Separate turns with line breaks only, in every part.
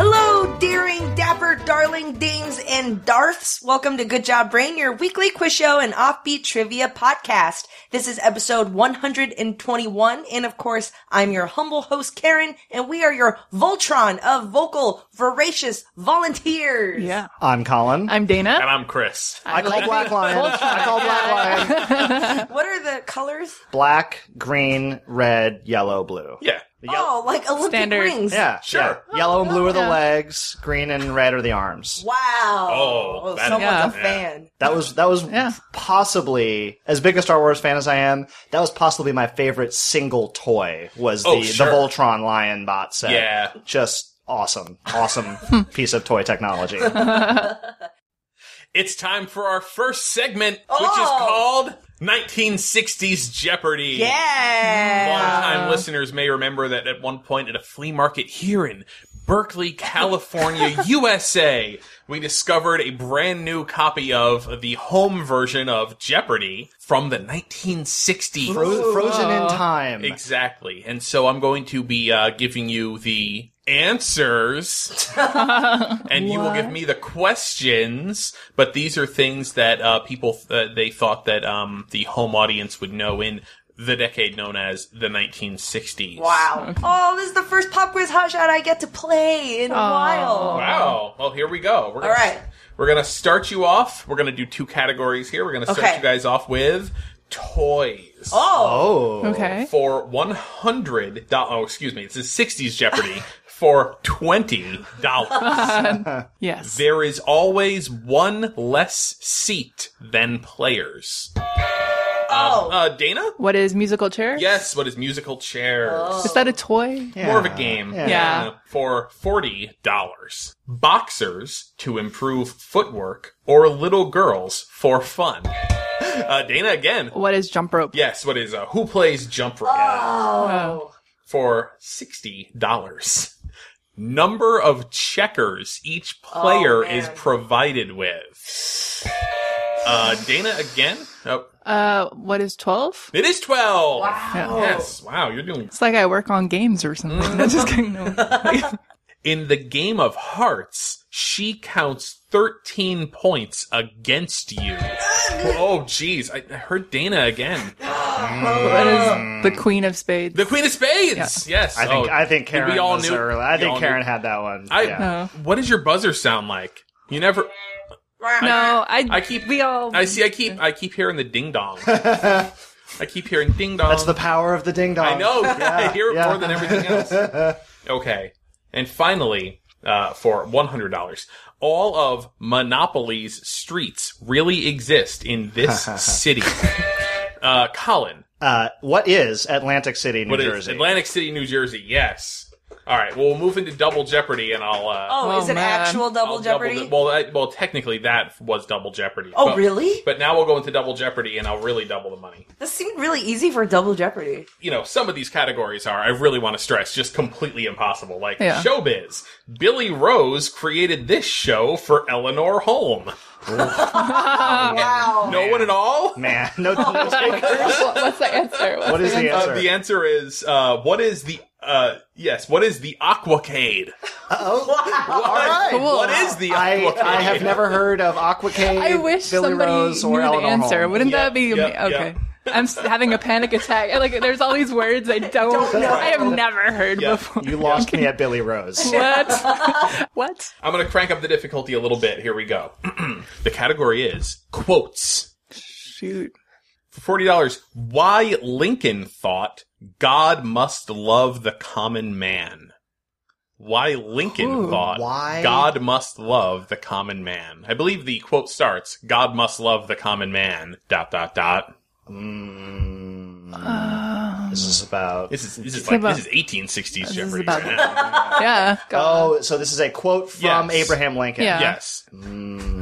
Hello, daring, dapper, darling dames and darths. Welcome to Good Job Brain, your weekly quiz show and offbeat trivia podcast. This is episode 121, and of course, I'm your humble host, Karen, and we are your Voltron of vocal, voracious volunteers.
Yeah.
I'm Colin.
I'm Dana.
And I'm Chris.
I call Black Lion. I call Black Lion.
What are the colors?
Black, green, red, yellow, blue.
Yeah.
Oh, like Olympic
Standard.
rings.
Yeah.
Sure.
yeah. Yellow and blue are the
Yeah.
legs. Green and red are the arms.
Wow.
Oh, that-
someone's
Yeah.
a fan.
That was that was
Yeah.
possibly as big a Star Wars fan as I am. That was possibly my favorite single toy was
Oh,
the
sure.
the Voltron Lion bot set.
Yeah.
Just awesome, awesome piece of toy technology. All
It's time for our first segment, which is
Oh.
called 1960s Jeopardy.
Mm.
Yeah.
Longtime listeners may remember that at one point at a flea market here in Berkeley, California, USA, we discovered a brand new copy of the home version of Jeopardy from the 1960s.
Fro- frozen in time.
Exactly. And so I'm going to be uh, giving you the answers, and you will give me the questions. But these are things that uh, people uh, they thought that um, the home audience would know in the decade known as the 1960s.
Wow. Oh, this is the first pop quiz hot shot I get to play in a while.
Wow. Well, here we go. We're gonna,
All right.
We're gonna start you off. We're gonna do two categories here. We're gonna
Okay.
start you guys off with toys.
Oh,
Oh.
Okay.
for one hundred dollars. Oh, excuse me, it's a sixties Jeopardy for twenty dollars.
Yes.
there is always one less seat than players.
oh.
Uh, Dana,
What is musical chair?
yes. What is musical chairs?
Is that a toy?
Yeah.
More of a game.
Yeah.
Uh, for forty dollars, boxers to improve footwork, or little girls for fun. Uh, Dana again.
What is jump rope?
Yes. What is uh, who plays jump rope?
Oh.
for $60. Number of checkers each player
Oh, man.
is provided with. Uh, Dana again. Oh,
Uh, what is twelve?
it is 12.
Yeah.
Yes. Wow, you're doing
It's like I work on games or something. I'm just kidding. No.
In the game of hearts, she counts 13 points against you. oh jeez, I I heard Dana again.
what is the queen of spades?
The Queen of Spades. Yes.
I think
Oh,
I think
we
Karen
all
was
knew-
early. I
we all
think
knew.
Karen had that one.
I,
yeah.
No.
What does your buzzer sound like? You never
no, I,
I keep-
we all.
I see. I keep. I keep hearing the ding dong. I keep hearing ding dong.
That's the power of the ding dong.
I know. I hear it
yeah.
more than everything else. Okay, and finally, uh, for one hundred dollars, all of Monopoly's streets really exist in this city. Uh, Colin,
Uh, what is Atlantic City, New
what is
Jersey?
Atlantic City, New Jersey? Yes. All right. Well, we'll move into double jeopardy, and I'll. Uh,
Oh,
Oh,
is it
man.
actual double
I'll
jeopardy?
de- well, I, well, technically that was double jeopardy.
oh,
but-
really?
But now we'll go into double jeopardy, and I'll really double the money.
This seemed really easy for double jeopardy.
you know, some of these categories are, I really want to stress, just completely impossible. Like
Yeah.
showbiz. Billy Rose created this show for Eleanor Holm.
Wow.
No one at all?
Man, no, no takers.
What- What's the answer? What's
What is the
Uh,
answer?
the answer is, uh, what is the, uh, yes, what is the Aquacade?
Oh, Wow.
All
right. Cool.
What is the
I,
Aquacade?
I have never heard of Aquacade,
I wish
Billy
somebody
Rose, or
knew
Eleanor
the answer.
Holm.
Wouldn't that be
Yep,
ama-
yep,
okay? I'm s- having a panic attack. I, Like, there's all these words I don't.
know.
I have never heard
Yeah.
before.
You lost me at Billy Rose.
What? what?
I'm going to crank up the difficulty a little bit. Here we go. the category is quotes.
Shoot.
For Forty dollars. Why Lincoln thought God must love the common man. Why Lincoln thought
why?
God must love the common man. I believe the quote starts, God must love the common man. Dot dot dot.
Mm,
Um,
This is about.
This is this is like
about-
this is 1860s
is
Jeopardy.
about-
right now.
Yeah. Go on.
Oh, so this is a quote from
Yes.
Abraham Lincoln. Mm,
Yeah.
yes,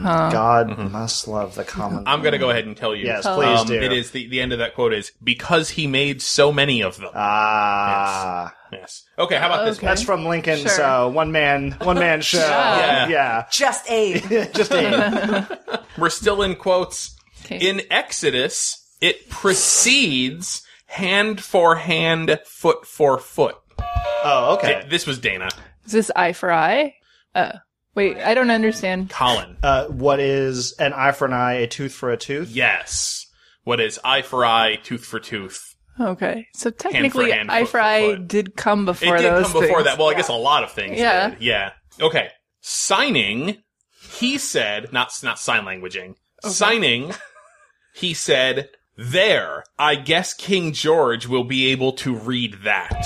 God must love the common.
Mm-hmm. I'm gonna go ahead and tell you.
Yes, please
um,
do.
It is the the end of that quote is because he made so many of
Uh,
them.
Ah,
yes. Okay. How about this
Okay.
one?
that's from Lincoln.
Sure.
So one man, one man show.
Yeah.
yeah.
Just Abe.
Just a
We're still in quotes.
Okay.
In Exodus, it precedes hand for hand, foot for foot.
oh,
Th-
okay.
This was Dana.
Is this eye for eye? Uh, wait, I don't understand.
Colin.
Uh, what is an eye for an eye, a tooth for a tooth?
yes. What is eye for eye, tooth for tooth?
Okay, so technically,
hand,
eye
foot
for
for
eye
foot.
did come
It
before
did
those
come before
things.
that. Well, I guess a lot of things.
Yeah.
did. Yeah. Okay. Signing, he said, not not sign languaging. Signing, he said, "There, I guess King George will be able to read that."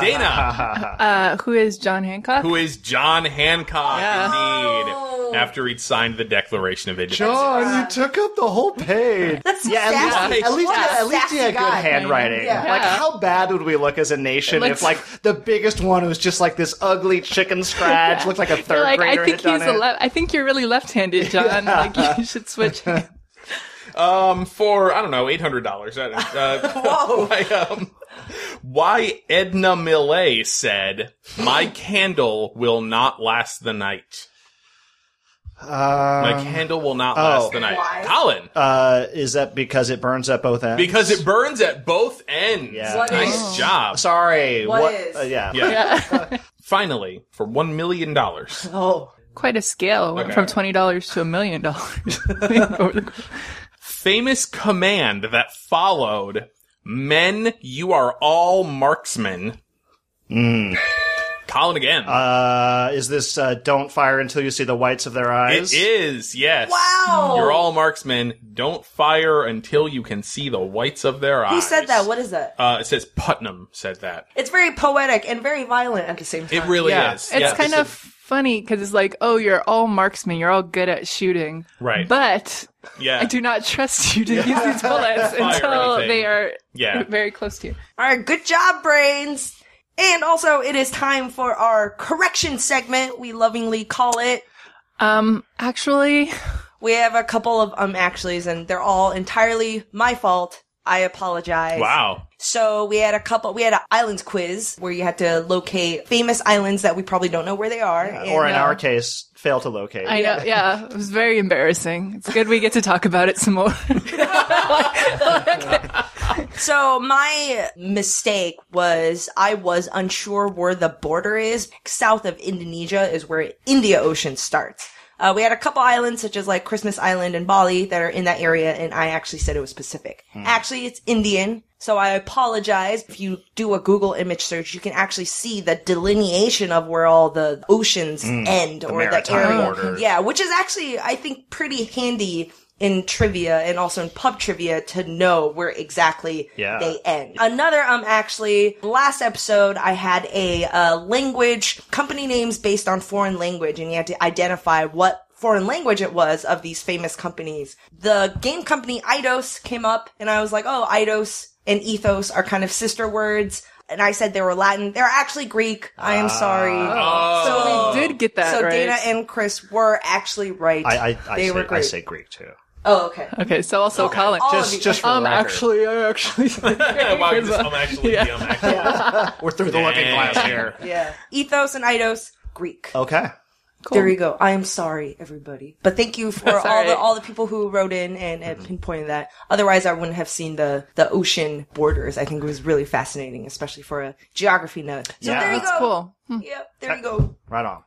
Dana,
Uh, who is John Hancock?
who is John Hancock,
Yeah.
Oh.
indeed, after he'd signed the Declaration of Independence.
John, you took up the whole page.
That's so
yeah, at
sassy.
least, at least,
What a
at least he
sassy
had good
guy.
handwriting.
Yeah.
Like,
Yeah.
how bad would we look as a nation
Like-
if, like, the biggest one was just like this ugly chicken scratch, looked like a
You're
third
like,
grader
I think
had done
he's a
it?
le- I think you're really left-handed, John. Like you should switch. hands.
Um, for I don't know, eight hundred dollars. Uh,
Whoa.
why, um, why Edna Millet said, "My candle will not last the night. My
Uh,
candle will not last
oh.
the night."
Why?
Colin,
uh, is that because it burns at both ends?
because it burns at both ends.
Yeah.
What
nice
is-
job.
Sorry.
What
What?
is?
uh, yeah.
Yeah.
yeah,
Finally, for one million dollars.
Oh.
quite a scale. Went
Okay.
from twenty dollars to a million dollars.
famous command that followed men you are all marksmen colin again
Uh, is this uh, "Don't fire until you see the whites of their eyes"?
it is yes
Wow.
you're all marksmen don't fire until you can see the whites of their eyes
Who said that? What is that?
uh, it says putnam said that
It's very poetic and very violent at the same time.
it really
Yeah.
is
It's
Yeah,
kind
a-
of funny because it's like, oh, you're all marksmen. You're all good at shooting.
Right.
But
yeah
I do not trust you to use these bullets
Fire
until
anything.
they are
Yeah.
very close to you.
All right, good job, brains. And also, it is time for our correction segment. We lovingly call it.
Um, actually,
We have a couple of um actuallys, and they're all entirely my fault. I apologize.
wow
So we had a couple. We had an islands quiz where you had to locate famous islands that we probably don't know where they are. and,
Or in
uh,
our case, fail to locate.
I know. Yeah, it was very embarrassing. It's good we get to talk about it some more.
So my mistake was I was unsure where the border is. South of Indonesia is where India Ocean starts. Uh, we had a couple islands such as like Christmas Island and Bali that are in that area, and I actually said it was Pacific.
Hmm.
Actually, it's Indian. So I apologize. If you do a Google image search, you can actually see the delineation of where all the oceans end or the
Hmm. maritime
area.
borders.
Yeah, which is actually, I think, pretty handy in trivia and also in pub trivia to know where exactly
Yeah.
they end. Another, um, actually, last episode, I had a, uh, language, company names based on foreign language, and you had to identify what foreign language it was of these famous companies. The game company Eidos came up, and I was like, oh, Eidos and Ethos are kind of sister words. And I said they were Latin. They're actually Greek. I am sorry.
Oh.
So-
we did get that
so
right.
Dana and Chris were actually right.
I, I, I,
they
say,
were
I
great.
say Greek too.
oh, okay.
okay, so also Colin.
All of you.
Just, just for
um,
the record.
actually, I actually.
wow, you just, I'm actually
Yeah.
yeah, I'm actually-
we're through the looking glass here.
Yeah. Ethos and Eidos, Greek.
Okay.
There you go. I am sorry, everybody. But thank you for
That's all
all the
right.
all the people who wrote in and, and
Mm-hmm.
pinpointed that. Otherwise, I wouldn't have seen the the ocean borders. I think it was really fascinating, especially for a geography nut. So
Yeah.
there you
That's
go.
cool.
Yep, there you go.
Right on.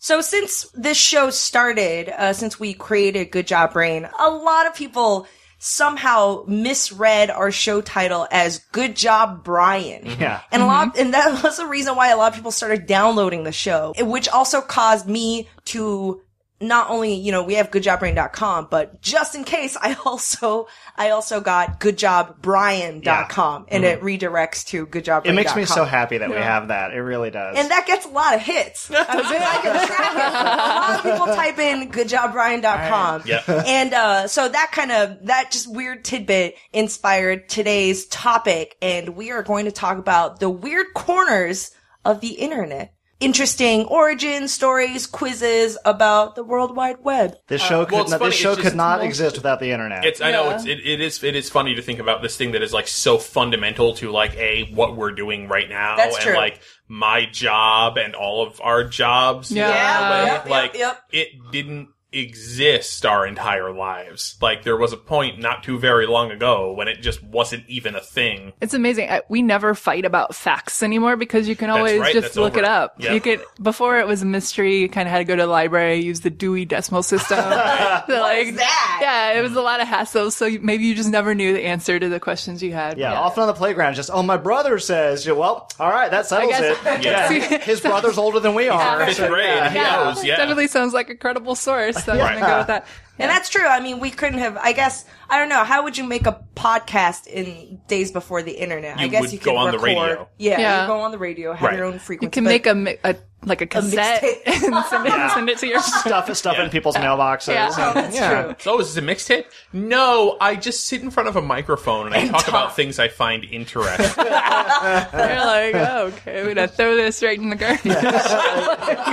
So since this show started, uh, since we created Good Job Brain, a lot of people somehow misread our show title as Good Job Brian.
Yeah.
And a lot, and that was the reason why a lot of people started downloading the show, which also caused me to not only, you know, we have goodjobbrain.com, but just in case, I also, I also got goodjobbrian.com and it redirects to goodjobbrain.com.
Mm-hmm. It makes me so happy that we have that. It really does.
And that gets a lot of hits. I mean, I can track it. A lot of people type in goodjobbrian.com.
Yep.
And uh, so that kind of, that just weird tidbit inspired today's topic. And we are going to talk about the weird corners of the internet. Interesting origin stories, quizzes about the World Wide Web.
this show could
well, it's
not,
funny,
this show
it's
could
just-
not exist without the internet.
It's I know it's it, it is it is funny to think about this thing that is like so fundamental to like a what we're doing right now
That's
and
true.
like my job and all of our jobs. you
Yeah.
know,
Yeah,
yep, yep,
like
yep.
it didn't exist our entire lives. Like there was a point not too very long ago when it just wasn't even a thing.
It's amazing. I, we never fight about facts anymore because you can always
right,
just
that's
look it
over.
up.
Yeah.
You could before it was a mystery. You kind of had to go to the library, use the Dewey Decimal System. what like
is that?
Yeah, it was a lot of hassle. So you, maybe you just never knew the answer to the questions you had.
yeah, often on the playground, just oh, my brother says. You- Well, all right, that settles
guess-
it. Yeah,
See-
his brother's older than we are.
Fifth grade, who knows? Yeah.
definitely sounds like a credible source. So I'm
Right.
gonna go with that.
And that's true. I mean, we couldn't have, I guess, I don't know, how would you make a podcast in days before the internet? I
You
guess
would
you could
go on the
record.
radio.
Yeah,
Yeah.
you go on the radio, have
Right.
your own
You
frequency.
You can
but-
make a, mi- a like a cassette
mixtape.
and send it, send it to your
Stuff stuff in people's mailboxes.
Yeah.
Oh, that's
Yeah.
true.
So is this a mixtape? No, I just sit in front of a microphone and I talk about things I find interesting.
They're like, oh, okay, we're gonna throw this right in the garbage.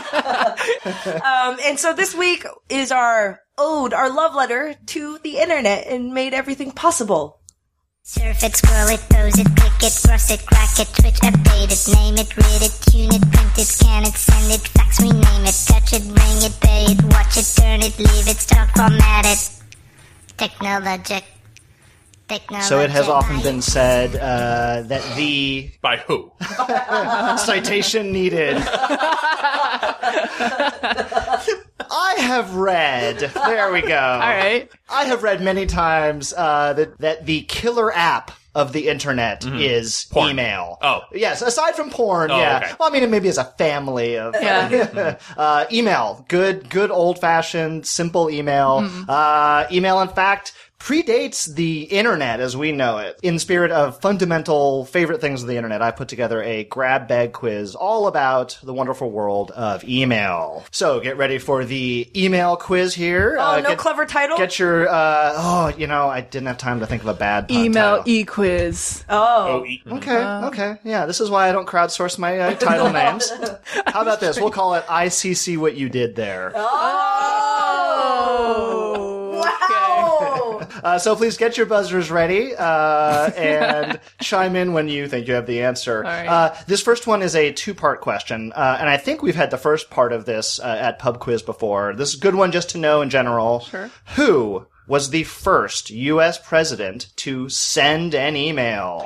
Um, and so this week is our ode, our love letter to the internet and made everything possible.
Surf it, scroll it, pose it, pick it, cross it, crack it, twitch, update it, name it, read it, tune it, print it, scan it, send it, fax, rename it, touch it, ring it, pay it, watch it, turn it, leave it, start, format it. Technologic. Technologic.
So it has often been said uh, that the
By who?
citation needed. I have read. There we go.
All right.
I have read many times uh, that that the killer app of the internet is
Mm-hmm. Porn.
email.
Oh.
yes. Aside from porn, yeah.
okay.
Well, I mean, it maybe as a family of
Yeah.
uh, email. Good, good old fashioned, simple email.
Mm-hmm.
Uh, email, in fact. Predates the internet as we know it. In spirit of fundamental favorite things of the internet, I put together a grab bag quiz all about the wonderful world of email. So get ready for the email quiz here. Uh,
Uh,
Oh, no
get-
clever title?
Get your uh oh, you know, I didn't have time to think of a bad pun
Email
title.
e quiz.
Oh, e-
okay, okay, yeah. This is why I don't crowdsource my uh, title names. How about this? We'll call it "ICC What You Did There."
Oh.
Wow.
Uh, so please get your buzzers ready uh, and chime in when you think you have the answer.
right.
Uh, this first one is a two-part question, uh, and I think we've had the first part of this uh, at pub quiz before. This is a good one just to know in general. Sure. Who was the first U.S. president to send an email?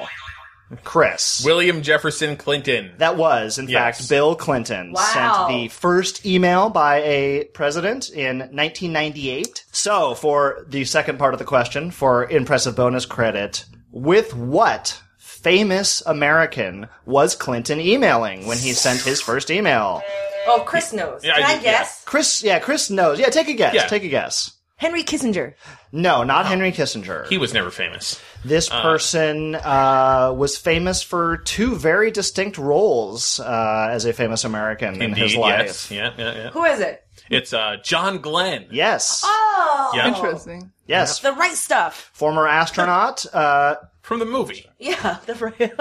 Chris.
William Jefferson Clinton.
That was, in
Yes.
fact, Bill Clinton
Wow.
sent the first email by a president in 1998. So, for the second part of the question, for impressive bonus credit, with what famous American was Clinton emailing when he sent his first email?
Oh, Chris knows.
Yeah,
Can
I
I,
do-
guess?
Chris, yeah, Chris knows. Yeah, take a guess.
Yeah.
Take a guess.
Henry Kissinger.
No, not Henry Kissinger.
He was never famous.
this person uh, was famous for two very distinct roles uh, as a famous American in his
Indeed,
life.
yes. Yeah, yeah, yeah.
Who is it?
It's uh, John Glenn.
Yes.
Oh,
Yeah.
Interesting.
Yes.
the right stuff.
Former astronaut. Uh,
From the movie.
Yeah, the right.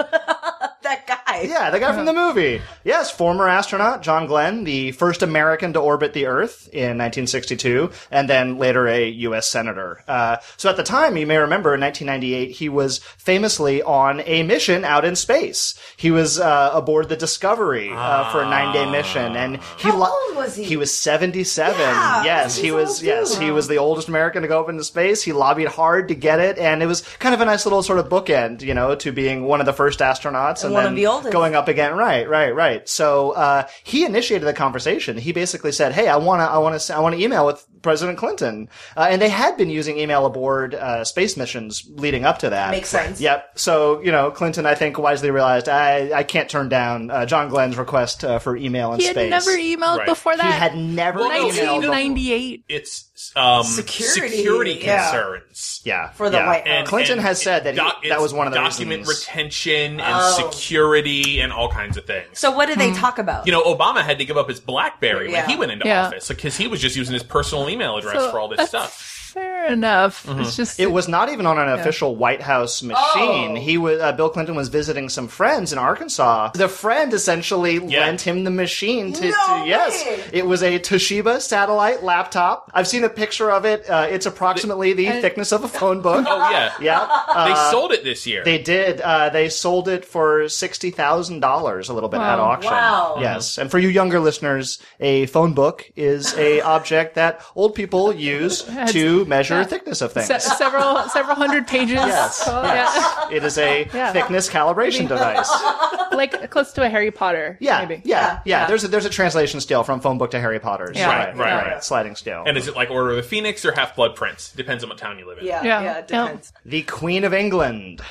that guy.
yeah, the guy from
Uh-huh.
the movie. Yes, former astronaut John Glenn, the first American to orbit the Earth in 1962, and then later a U.S. senator. Uh, so at the time, you may remember in 1998, he was famously on a mission out in space. He was uh, aboard the Discovery uh, for a nine-day mission, and he
Ah. How
li-
old was he?
He was 77.
Yeah,
yes,
he's
he
old,
was.
dude.
Yes, he was the oldest American to go up into space. He lobbied hard to get it, and it was kind of a nice little sort of bookend, you know, to being one of the first astronauts and,
one
then
of the oldest.
going up again. Right, right, right. So uh, he initiated the conversation. He basically said, "Hey, I wanna, I wanna, s- I wanna email with President Clinton. Uh, and they had been using email aboard uh, space missions leading up to that.
Makes sense.
Yep. So, you know, Clinton, I think, wisely realized I, I can't turn down uh, John Glenn's request uh, for email in
He had
space.
never emailed
Right.
before
he
that.
had never
Well, no,
emailed before.
1998.
It's um,
Security,
security,
yeah.
concerns.
Yeah.
For the
yeah.
White House.
And-
Clinton
and
has said that he-
doc-
that
it's
was one of the
document
reasons.
retention and
Oh.
security and all kinds of things.
So what did they talk about?
Hmm. you know, Obama had to give up his BlackBerry
Yeah.
when he went into
Yeah.
office because he was just using his personal email address
So
for all this
that's
stuff.
Fair enough. It's just
Mm-hmm. It was not even on an official White House
Oh.
machine. He was uh, Bill Clinton was visiting some friends in Arkansas. The friend essentially
Yeah.
lent him the machine to,
No
to yes,
way!
it was a Toshiba satellite laptop. I've seen a picture of it. Uh, it's approximately the thickness of a phone book.
Oh yeah,
Yeah, uh,
They sold it this year.
they did. Uh, they sold it for sixty thousand dollars a little bit at auction.
Wow.
Yes, and for you younger listeners, a phone book is a object that old people use to measure thickness of things.
se- several several hundred pages.
Yes,
Oh,
yes. It is a
Yeah.
thickness calibration device.
yeah. like close to a Harry Potter.
Yeah, yeah,
maybe.
yeah, There's a, there's a translation scale from phone book to Harry Potter's.
Yeah.
Right, right, right.
Sliding scale.
and is it like Order of the Phoenix or Half Blood Prince? Depends on what town you live in.
yeah, yeah,
Yeah.
it depends.
the Queen of England.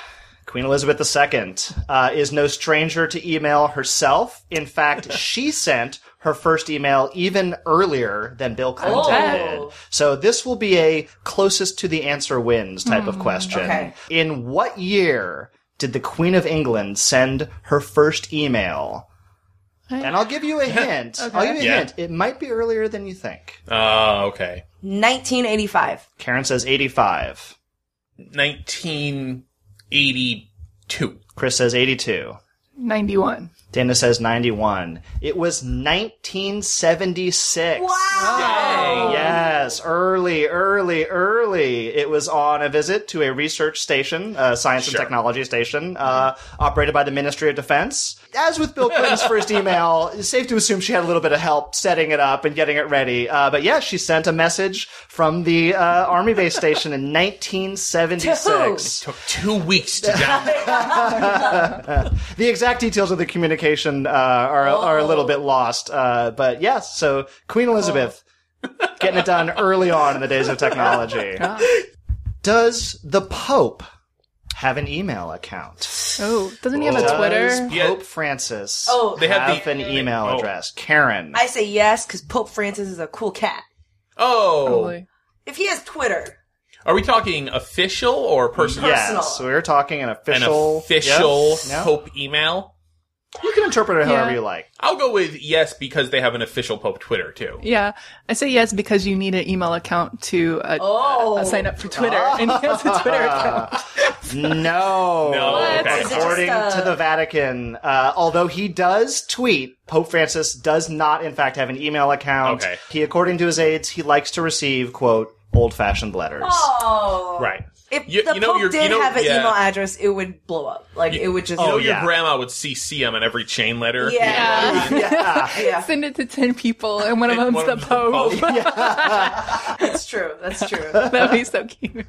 Queen Elizabeth II uh, is no stranger to email herself. In fact, she sent her first email even earlier than Bill Clinton
Oh.
did. So this will be a closest to the answer wins type of question.
Hmm. Okay.
In what year did the Queen of England send her first email? And I'll give you a hint. I'll give you a
Yeah.
hint. It might be earlier than you think.
Uh, okay.
1985.
Karen says 85.
1982.
Chris says 82.
91.
Dana says 91. It was 1976. Oh. Yes, early, early, early. It was on a visit to a research station, a science
Sure.
and technology station, uh, operated by the Ministry of Defense. As with Bill Clinton's first email, it's safe to assume she had a little bit of help setting it up and getting it ready. Uh, but yeah, she sent a message from the uh, Army base station in 1976.
Took two weeks to download.
The exact details of the communication uh, are are a little bit lost, uh, but yes. So Queen Elizabeth
Oh.
getting it done early on in the days of technology. Does the Pope have an email account?
Oh, doesn't he have a
Does
Twitter?
Pope
Yeah.
Francis
Oh.
They have the-
have an email
Oh.
address? Karen.
I say yes because Pope Francis is a cool cat.
Oh.
Probably.
If he has Twitter,
Are we talking official or personal?
personal.
Yes, we're talking an
An
official.
official
Yes. Yeah.
Pope email?
You can interpret it however
Yeah.
you like.
I'll go with yes because they have an official Pope Twitter too.
Yeah, I say yes because you need an email account to uh,
Oh.
uh, sign up for Twitter, and he has a Twitter account.
No.
No, What? okay.
According
Is it just a-
to the Vatican, uh, although he does tweet, Pope Francis does not, in fact, have an email account.
Okay.
He, according to his aides, he likes to receive, quote, old fashioned letters.
oh,
Right.
If
You-
the
you know,
Pope
you're-
did
you know-
have an
yeah.
email address, it would blow up. Like it would just.
You know, your
Oh, yeah.
grandma would CC him on every chain letter.
yeah.
Yeah.
Yeah,
Send it to ten people, and one of
And
them's
one
the
of them's
Pope.
that's true. That's true.
That'd be so cute.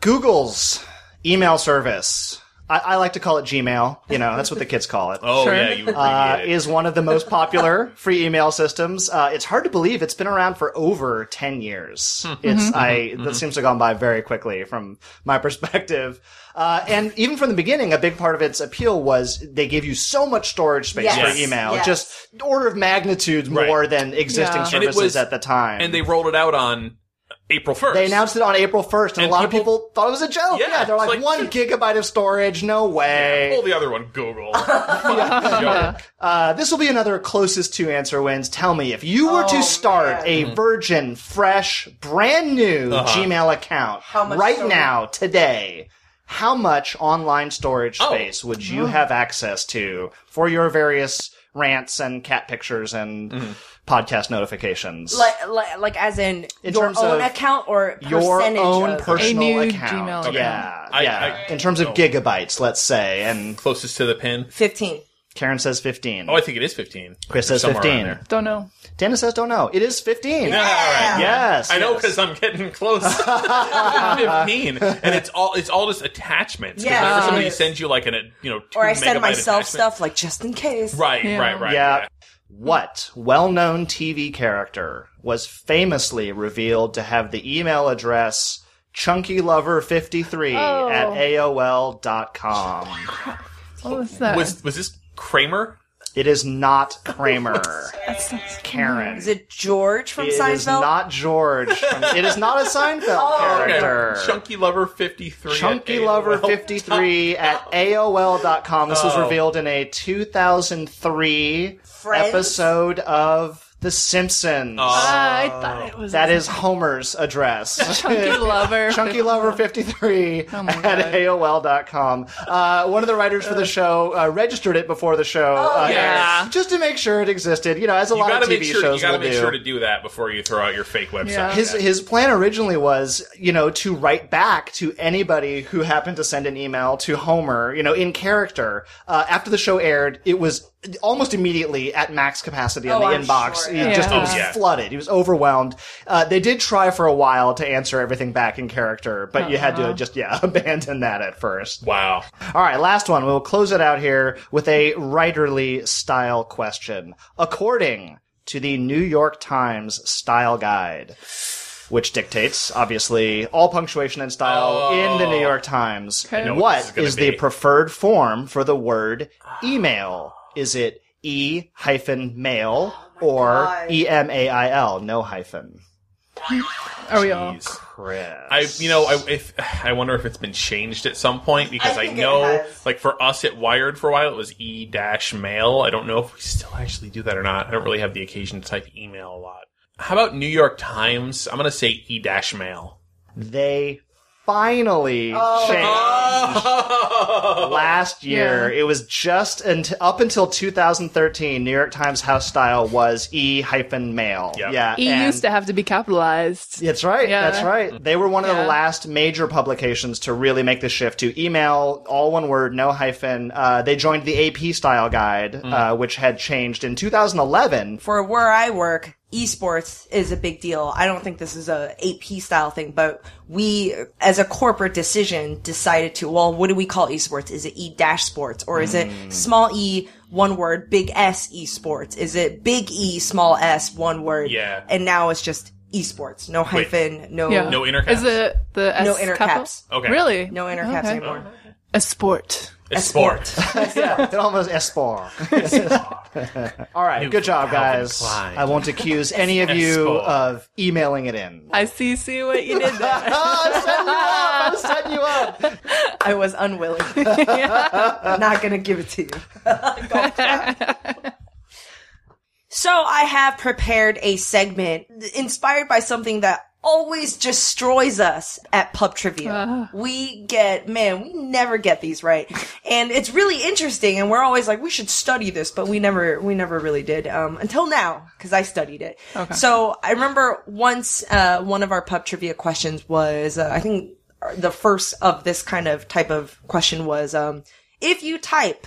Google's email service. I, I like to call it Gmail. You know, that's what the kids call it.
Oh
Sure.
yeah,
uh,
you abbreviate it.
is one of the most popular free email systems. Uh, it's hard to believe it's been around for over ten years.
Hmm.
It's
Mm-hmm.
I that seems to have gone by very quickly from my perspective. Uh, and even from the beginning, a big part of its appeal was they gave you so much storage space
Yes.
for email,
Yes.
just order of magnitude
Right.
more than existing
Yeah.
And it
services
was-
at the time.
and they rolled it out on April first.
They announced it on April 1st, and,
And
a lot
people-
of people thought it was a joke. Yeah,
Yeah,
they're
it's
like,
like-
one gigabyte of storage, no way.
Pull the other one, Google. Fucking joke.
Uh, this will be another closest to answer wins. Tell me if you were
Oh,
to start
Mm-hmm.
a virgin, fresh, brand new
Uh-huh.
Gmail account
much
right
storage?
now, today, how much online storage
Oh.
space would you
Mm-hmm.
have access to for your various rants and cat pictures and
Mm-hmm.
podcast notifications?
like, like, like as in,
In
your
terms
own
of
account or
your
percentage
own
of-
personal
A new
account.
Gmail
Yeah,
account.
I-
yeah.
I-
In terms of
oh.
gigabytes, let's say, and
Closest to the pin.
fifteen.
Karen says 15.
Oh, I think it is fifteen.
Chris
Or
says
somewhere around
15.
there.
Don't know.
Dana says, don't know. It is 15.
Yeah, all right.
Yes.
I know
yes.
because I'm getting close to 15, and it's all it's all just attachments. 'Cause
Yeah.
Whenever somebody
Yes.
sends you like an a, you know two
Or I send
megabyte
myself
attachment-
stuff like just in case.
Right,
Yeah.
right, right.
Yeah. What well known TV character was famously revealed to have the email address chunkylover53
Oh.
at AOL.com?
What was that?
Was was this Kramer?
It is not Kramer.
That's so scary.
Karen.
Is it George from
It is
Seinfeld? Oh.
not George. from- it is not a Seinfeld
Okay.
character.
Chunky Lover 53. at
Chunky
AOL.
Lover 53 at AOL.com. This was
Oh.
revealed in a 2003
Friends?
episode of The
Uh,
Simpsons.
Oh,
Ah, I thought it was
That is Homer's address.
Chunky Oh Lover.
Chunky Lover 53 at AOL.com. Uh, one of the writers for the show uh, registered it before the show. uh,
Oh, yeah.
Just to make sure it existed. You know, as a
You
lot
gotta
of TV
make sure you
shows
gotta
will
make
do.
sure to do that before you throw out your fake website.
Yeah.
His his plan originally was, you know, to write back to anybody who happened to send an email to Homer, you know, in character. Uh, after the show aired, it was almost immediately at max capacity on
Oh,
the
I'm
inbox.
sure,
He
yeah.
just it
Yeah.
was
Oh, yeah.
flooded. He was overwhelmed. Uh, they did try for a while to answer everything back in character, but you had
Uh-huh.
to just yeah abandon that at first.
Wow.
All right, last one. We'll close it out here with a writerly style question. According to the New York Times Style Guide, which dictates, obviously, all punctuation and style in the New York Times,
know
what
what
this is
is,
gonna
the
be.
preferred form for the word email? Is it e hyphen mail or
God.
e m a i l? No hyphen.
Are
Oh,
we all?
Chris.
I you know I if I wonder if it's been changed at some point because
I
I,
think it
know
has.
like for us at Wired for a while it was e dash mail. I don't know if we still actually do that or not. I don't really have the occasion to type email a lot. How about New York Times? I'm gonna say e dash mail.
they finally
Oh.
changed.
Oh.
last year. It was just unt- up until 2013. New York Times house style was e hyphen mail.
Yep.
Yeah,
E
and-
used to have to be capitalized.
That's right.
Yeah.
That's
Mm-hmm.
right. They were one of the
Yeah.
last major publications to really make the shift to email, all one word, no hyphen. Uh, they joined the AP style guide,
Mm.
uh, which had changed in 2011.
For where I work, esports is a big deal. I don't think this is a AP style thing, but we, as a corporate decision, decided to, well, what do we call esports? Is it E dash sports or is
Mm.
it small E, one word, big S esports? Is it big E, small S, one word?
Yeah.
And now it's just esports. No hyphen, no,
Yeah.
No inner
Is
caps.
it the S
No inner
capital?
caps.
Okay.
Really?
no inner caps
Okay.
anymore.
A sport.
It's sport.
It almost esport. All right,
New
good job,
Calvin
guys.
Klein.
I won't accuse any of you
Esport.
of emailing it in.
I see. See what you did there.
Oh, I'm setting you up. I'm setting you up.
I was unwilling. I'm not going to give it to you. Go crap. so I have prepared a segment inspired by something that always destroys us at pub trivia. We get, man, we never get these right. And it's really interesting and we're always like we should study this, but we never we never really did um until now cuz I studied it. So I remember once uh one of our pub trivia questions was uh, I think the first of this kind of type of question was um if you type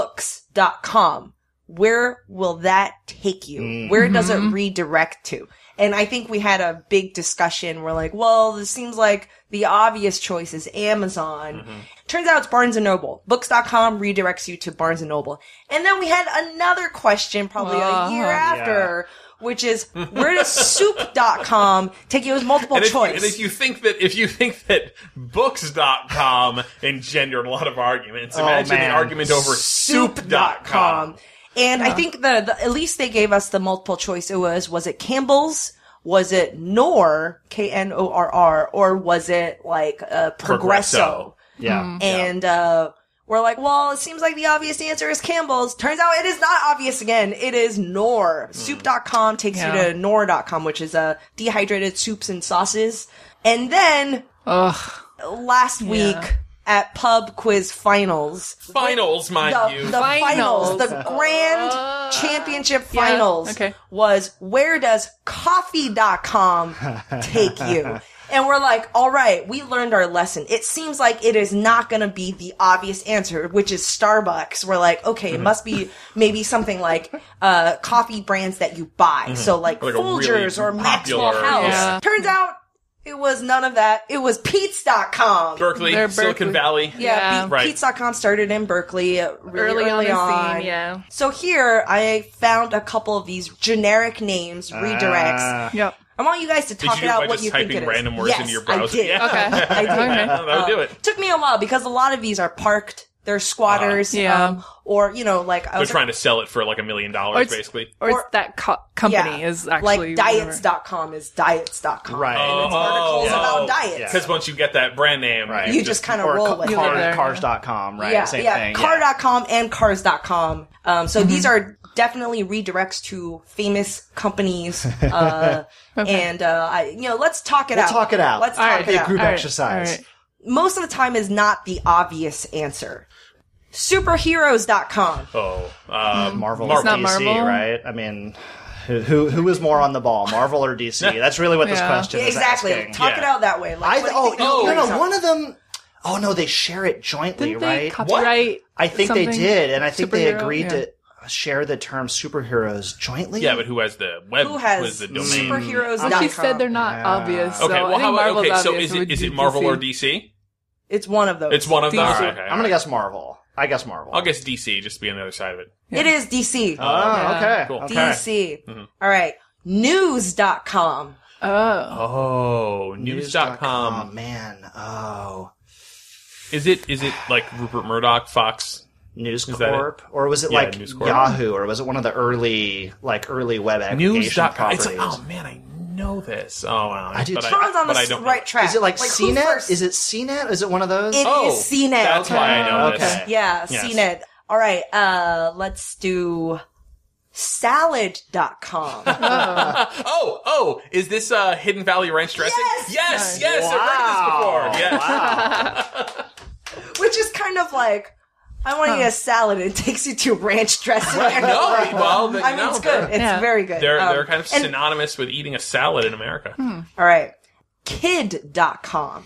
www.books.com, where will that take you?
Mm.
Where does it redirect to? And I think we had a big discussion. We're like, well, this seems like the obvious choice is Amazon.
Mm-hmm.
Turns out it's Barnes and Noble. Books.com redirects you to Barnes and Noble. And then we had another question probably a year after, which is where does soup.com take you as multiple
And if, you,
choice?
and if you think that if you think that books.com engendered a lot of arguments, imagine
man.
the argument over soup.com.
soup.com. And I think the, the at least they gave us the multiple choice. It was was it Campbell's? Was it Nor K N O R R? Or was it like uh, Progresso?
Progresso.
Yeah.
Mm-hmm.
And uh, we're like, well, it seems like the obvious answer is Campbell's. Turns out it is not obvious again. It is Nor. Soup.com takes
Yeah.
you to Nor.com, which is uh, dehydrated soups and sauces. And then
Ugh.
last week at Pub Quiz Finals,
Finals, mind
the,
you.
the finals.
Finals. Uh,
the grand championship finals
okay.
was where does coffee.com take you? And we're like, all right, we learned our lesson. It seems like it is not going to be the obvious answer, which is Starbucks. We're like, okay,
Mm-hmm.
it must be maybe something like uh, coffee brands that you buy. So like,
Mm-hmm. Like a really
Folgers or Maxwell
popular-
House.
Yeah.
Turns out It was none of that. It was Pete's.com.
Berkeley,
They're
Silicon
Berkeley.
Valley.
yeah,
Yeah.
Pe-
Right.
Pete's.com started in Berkeley uh, really
Early on
early,
the
on.
scene, yeah.
So here I found a couple of these generic names, redirects.
Ah.
Yep.
I want you guys to talk
you do it
about
by
what
just
you think
typing
it is.
random words
yes,
into your
I
browser?
did.
Yeah.
Okay.
I did.
That would do it.
Took me a while because a lot of these are parked. They're squatters,
Uh, Yeah.
um, or you know, like I
They're
was
trying to sell it for like a million
Or
dollars,
it's-
basically.
Or,
Or-
it's that co- company is
like
actually
diets.com is diets.com.
Right.
Oh,
It's articles
yeah.
about diets.
Yeah.
Because once you get that brand name,
Right.
You just kind of
or
roll
ca-
with
You
it.
live
car-
there.
cars.com, right?
Yeah,
Same
yeah.
thing.
Car.com and cars.com. Um, so these
Mm-hmm.
are definitely redirects to famous companies. Uh, And, uh, I, you know, let's talk it
We'll
out.
talk it out.
Let's
All
talk
right.
it
Be a
out.
group
All right,
exercise.
all right.
Most of the time is not the obvious answer. Superheroes.com.
oh, um,
Marvel
It's
or
not
DC,
Marvel.
right? I mean, who, who who is more on the ball, Marvel or DC? That's really what this
Yeah.
question is
Exactly.
asking.
Talk it
Yeah.
out that way. Like,
I
what do you
th- oh,
think the
oh,
no,
theories
no,
are?
one of them. Oh no, they share it jointly,
Didn't they
right?
copyright
I think they
something?
did, and I think they
Superhero?
agreed
Yeah.
to share the term superheroes jointly.
yeah, but who has the web?
Who has
the domain?
superheroes.com?
Well, she said they're not obvious. So
okay, well,
I think
how about,
Marvel's
okay, so
obvious,
is it
would
is
be
it Marvel or
DC?
DC?
It's one of those.
It's one of them.
DC.
All right, okay,
I'm gonna guess Marvel. I guess Marvel.
I'll guess DC just to be on the other side of it. Uh,
It is DC.
Oh,
Ah.
Yeah.
okay.
Cool.
okay.
DC. All right. News.com. Um,
Oh,
Oh,
News.com.
news.com.
man. Oh,
Is it is it like Rupert Murdoch, Fox?
News
that it?
Corp, or was it
Yeah,
like
News Corp.
Yahoo, or was it one of the early like early web aggregation
News.com.
properties?
It's, oh man, I know this. Oh wow,
I do
But
too.
Sean's on
but I
the
don't
right
know.
track.
Is it like,
who
CNET?
first-
Is it CNET? Is it one of those?
It
Oh,
is CNET.
That's why I know
Okay.
this.
Okay.
Yeah,
Yes.
CNET. All right, uh, let's do salad.com.
Oh, oh, is this uh, Hidden Valley Ranch dressing?
Uh-huh. Yes!
yes, yes I've heard of this before. Yes.
which is kind of like, I want to eat a salad and it takes you to ranch dressing.
No, Oh, well, then,
I mean,
no,
it's
they're-
good. It's
Yeah.
very good.
They're,
Um,
they're kind of
and- Hmm.
synonymous with eating a salad in America.
All right, kid.com.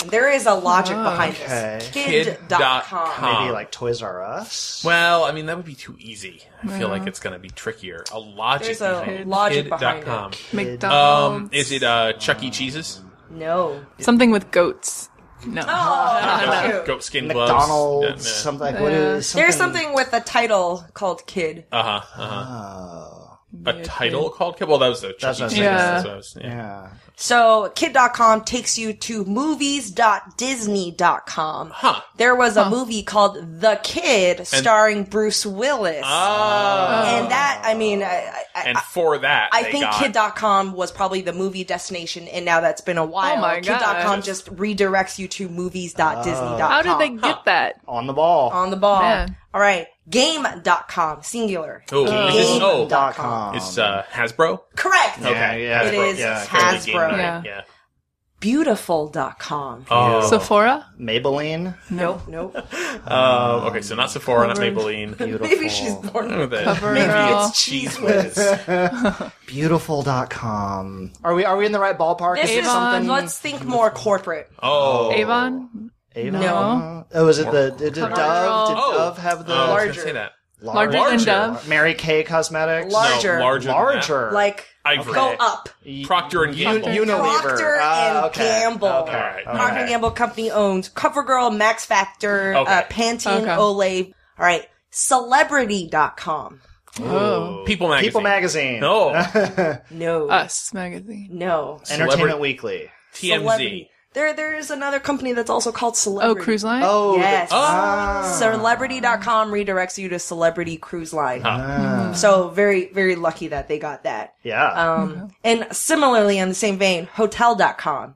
And there is a logic behind this.
Oh, okay.
Kid.com.
Kid.com.
Maybe like Toys R Us.
Well, I mean, that would be too easy. I feel like it's going to be trickier. A logic.
There's a
behind
logic
kid
behind
dot com.
McDonald's.
Um, is it uh, Chuck E. Cheese's?
No.
something with goats? No.
Oh,
Goat-
cute.
Uh, Goat skin gloves.
McDonald's,
Yeah, yeah.
something like what is something.
There's something with a title called Kid.
Uh-huh, uh-huh.
Oh,
A title called Kid? Well, that was the Chuck
That's
E.
what I was
Cheese.
thinking.
That's what I was- yeah.
yeah.
So kid.com takes you to movies.disney.com.
Huh.
There was a movie called The Kid starring Bruce Willis.
Oh.
and that, I mean, I, I,
and for that,
I
they
think
got-
kid.com was probably the movie destination and now that's been a while.
Oh my
kid.com
gosh.
just redirects you to movies.disney.com.
How did they get that?
On the ball.
on the ball?
Man.
All right. Game.com singular.
Oh, is this- oh,
Dot com.
it's uh, Hasbro.
Correct.
Yeah, yeah,
It
Hasbro,
is
yeah, okay.
Fairly game
Hasbro.
night,
Yeah.
yeah.
Beautiful.com.
Oh.
Sephora?
Maybelline.
Nope, nope.
Um, okay, so not Sephora, not Maybelline.
Beautiful.
Maybe she's born
None of that.
Maybe
Girl.
It's cheese whiz.
Beautiful.com. Are we are we in the right ballpark?
This
it
is
something?
Hmm.
let's think more corporate.
Oh,
Avon?
Avon?
No.
Oh, is it the did, did Dove? Did
Oh.
Dove have the
Oh, I was gonna
Larger.
Say that.
large-
Larger than
Larger.
Dove?
Mary Kay Cosmetics?
Large-
No,
Larger.
larger, than
Larger.
Like
I agree.
go up.
that. Procter and
Un-
Gamble.
Unilever.
Procter
Ah,
and
okay.
Gamble.
Okay.
Alright.
okay.
Procter and Gamble company owns CoverGirl, Max Factor,
Okay.
uh, Pantene,
Okay.
Olay. All right, celebrity.com.
Oh.
People magazine.
People magazine.
No,
No.
Us magazine.
no.
Entertainment Weekly.
TMZ.
There there is another company that's also called
Oh,
Celebrity. Uh,
cruise line?
Oh,
Yes.
the- Ah.
Celebrity.com redirects you to Celebrity Cruise Line.
Hmm.
So very very lucky that they got that.
yeah.
Um, And similarly, in the same vein, hotel.com.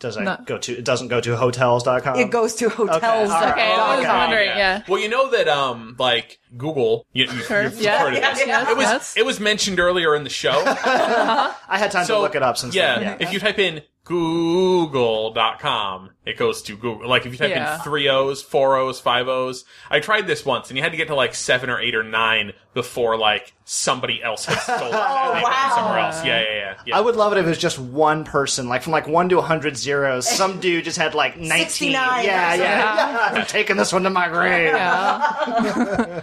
Does it
no.
go to? It doesn't go to hotels.com.
Um,
It goes to hotels.
all right.
Okay, I was
Okay.
wondering, yeah.
Well, you know that, um, like Google. You, you,
Sure.
you've
Yeah.
heard of this.
Yes,
It was
yes.
it was mentioned earlier in the show.
I had time to look it up since.
yeah,
then.
if you type in google.com it goes to google like if you type
Yeah.
in three o's four o's five o's i tried this once and you had to get to like seven or eight or nine before like somebody else had stolen that name
wow.
somewhere else yeah yeah yeah, yeah.
I would love it if it was just one person, like from like one to a hundred zeros. Some dude just had like nineteen.
69
Yeah,
or
yeah,
something.
yeah. I'm taking this one to my grave.
Yeah.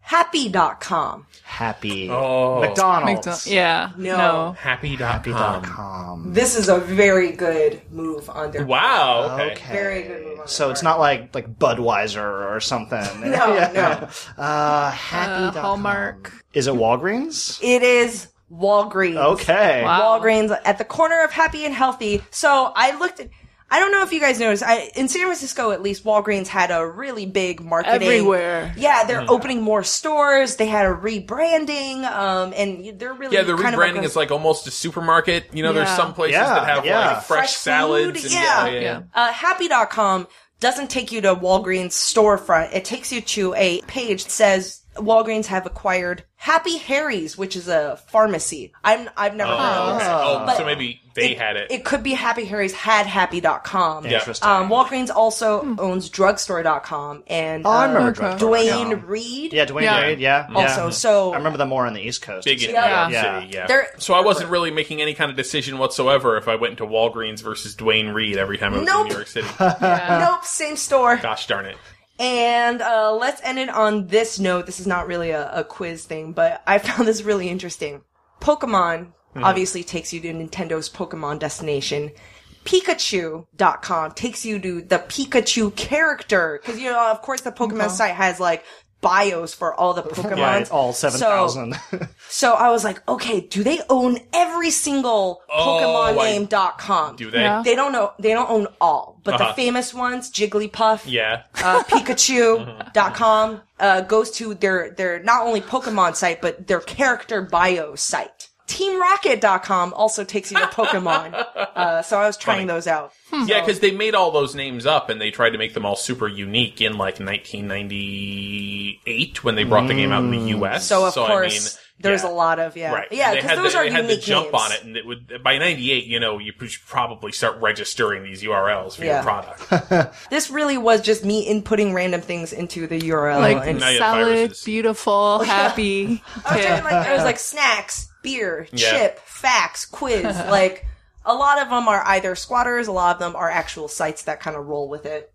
happy.com.
Happy.
Oh.
McDonald's.
McDo- yeah.
No.
No.
Happy.com.
Happy.com.
This is a very good move on their
Wow. Okay.
Okay.
Very good move. On
So
their
it's
part.
not like like Budweiser or something.
No, Oh, no.
Uh,
Uh,
happy.
Hallmark.
Is it Walgreens?
It is Walgreens.
Oh,
Okay.
Wow.
Walgreens at the corner of Happy and Healthy. So I looked at. I don't know if you guys noticed. I, in San Francisco, at least, Walgreens had a really big marketing.
Everywhere.
Yeah, they're
Mm.
opening more stores. They had a rebranding, um, and they're really
Yeah, the
kind of
rebranding
a-
is like almost a supermarket. You know, there's
Yeah.
some places
Yeah,
that have
yeah.
like fresh,
Fresh
salads.
food,
And,
yeah.
Yeah.
Uh, happy.com doesn't take you to Walgreens storefront. It takes you to a page that says Walgreens have acquired Happy Harry's, which is a pharmacy. I'm, I've never heard
Oh,
of
okay.
this.
oh
But
so maybe they had it.
It could be Happy Harry's had happy.com.
Yeah.
Interesting.
Um, Walgreens also owns drugstore.com and
oh, I
uh,
remember
Okay.
Drugstore.
Dwayne
Yeah.
Reed.
Yeah, Dwayne
Yeah.
Reed. Yeah.
Also,
yeah.
so
I remember them more on the East Coast.
Big in
Yeah.
New York
Yeah.
City, yeah.
They're-
so I wasn't really making any kind of decision whatsoever if I went into Walgreens versus Dwayne Reed every time I was
Nope.
in New York City.
nope, same store.
Gosh darn it.
And uh, let's end it on this note. This is not really a, a quiz thing, but I found this really interesting. Pokemon
Hmm.
obviously takes you to Nintendo's Pokemon destination. Pikachu.com takes you to the Pikachu character. Because, you know, of course, the Pokemon site has like bios for all the Pokemon.
Yeah, it's all
So-
seven thousand.
So, I was like, okay, do they own every single
Oh, I-
PokemonName.com?
Do they?
Yeah.
They don't know. They don't own all, but the
Uh-huh.
famous ones, Jigglypuff,
Yeah.
uh, Pikachu.com uh, goes to their, their not only Pokemon site, but their character bio site. TeamRocket.com also takes you to Pokemon. Uh, so I was trying
Funny.
those out.
Yeah, because they made all those names up and they tried to make them all super unique in like 1998 when they brought the game out in the U.S.
So of
I
course,
mean,
there's
yeah.
a lot of, yeah.
Right.
Yeah,
They
because
had
those
the,
are
they
unique
had the jump
names.
on it, and it would by '98. You know, you should probably start registering these URLs for
Yeah.
your product.
This really was just me inputting random things into the URL.
Like
and
Oh, Now you have
salad,
viruses.
beautiful, happy.
I was
Yeah.
talking like there was like snacks, beer,
Yeah.
chip, facts, quiz. like a lot of them are either squatters, a lot of them are actual sites that kind of roll with it.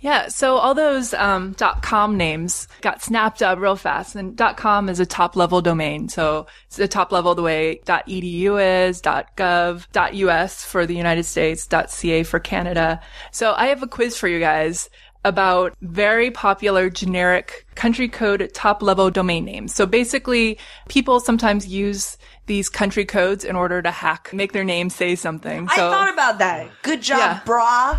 Yeah, so all those um, .com names got snapped up real fast, and .com is a top-level domain, so it's the top level the way .edu is, .gov, .us for the United States, .ca for Canada. So I have a quiz for you guys about very popular generic country code top-level domain names. So basically, people sometimes use these country codes in order to hack, make their name say something. So
I thought about that. Good job,
Yeah.
bra.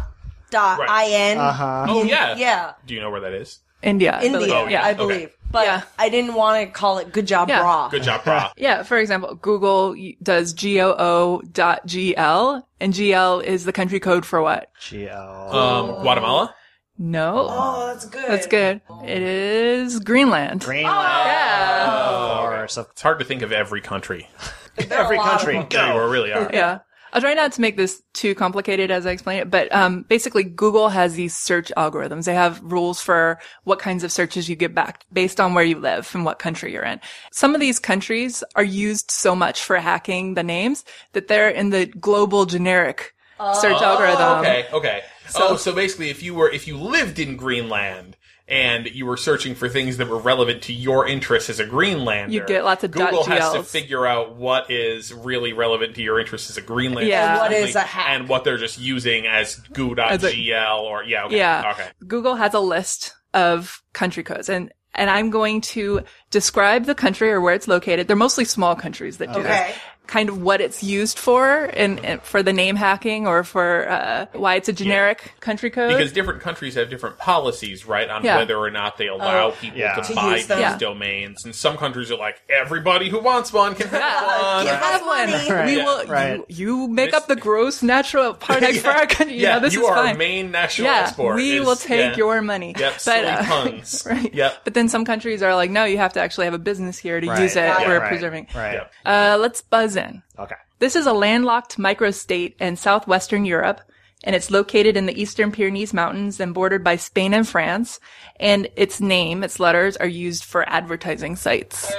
Dot
Right.
in
oh yeah,
yeah.
Do you know where that is?
India. I
India,
believe.
Oh, yeah.
I
Okay.
believe. But
Yeah.
I didn't want to call it good job
Yeah.
bra.
Good job, bra.
Yeah, for example, Google does GOO dot GL, and GL is the country code for what?
Geo.
um, Guatemala.
No.
Oh, that's good.
That's good. It is Greenland.
Oh,
Greenland.
Yeah.
Of course. Of
It's hard to think of every country.
There are
Every
a lot of
country.
them.
There we really are.
Yeah. I'll try not to make this too complicated as I explain it, but um, basically Google has these search algorithms. They have rules for what kinds of searches you get back based on where you live and what country you're in. Some of these countries are used so much for hacking the names that they're in the global generic search algorithm.
Okay, okay. oh, so basically, if you were if you lived in Greenland and you were searching for things that were relevant to your interests as a Greenlander,
You'd get lots of
Google has to
.gls.
figure out what is really relevant to your interests as a Greenlander,
Yeah. And
what
specifically,
is a hack.
and what they're just using as
As a-
goo.gl or yeah, okay,
Yeah.
okay.
Google has a list of country codes and and I'm going to describe the country or where it's located. They're mostly small countries that do
Okay.
this. Kind of what it's used for and, and for the name hacking or for uh, why it's a generic country code.
Because different countries have different policies, right, on
Yeah. Oh.
whether or not they allow people
Yeah.
to,
To
buy
use
these
them.
Yeah.
domains. And some countries are like, everybody who wants one can have one.
Give
Right.
us
have one.
money.
We
Oh. Yeah,
will.
right.
You, you make
This-
up the gross natural product for our country. You
yeah,
know, this
you
is
are our
fine.
main national
yeah,
export.
we
is-
will take
yeah.
your money.
Yep, silly
uh,
puns.
right.
Yep.
But then some countries are like, no, you have to actually have a business here to
Right.
use it.
Yeah,
We're
right,
preserving.
Right.
Yep.
Uh, let's buzz in.
Okay.
This is a landlocked microstate in southwestern Europe, and it's located in the eastern Pyrenees Mountains and bordered by Spain and France. And its name, its letters, are used for advertising sites.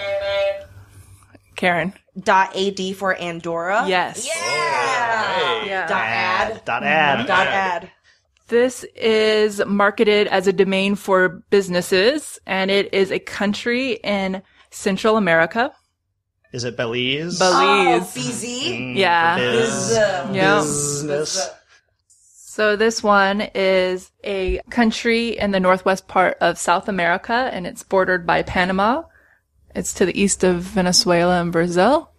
Karen.
Dot ad for Andorra.
Yes.
Yeah.
Hey.
Yeah.
Dot ad.
Dot ad.
Dot ad.
This is marketed as a domain for businesses, and it is a country in Central America.
Is it Belize?
Oh,
Belize.
Mm.
BZ.
yeah.
Biz.
Biz-
Yeah.
Business.
So this one is a country in the northwest part of South America and it's bordered by Panama. It's to the east of Venezuela and Brazil.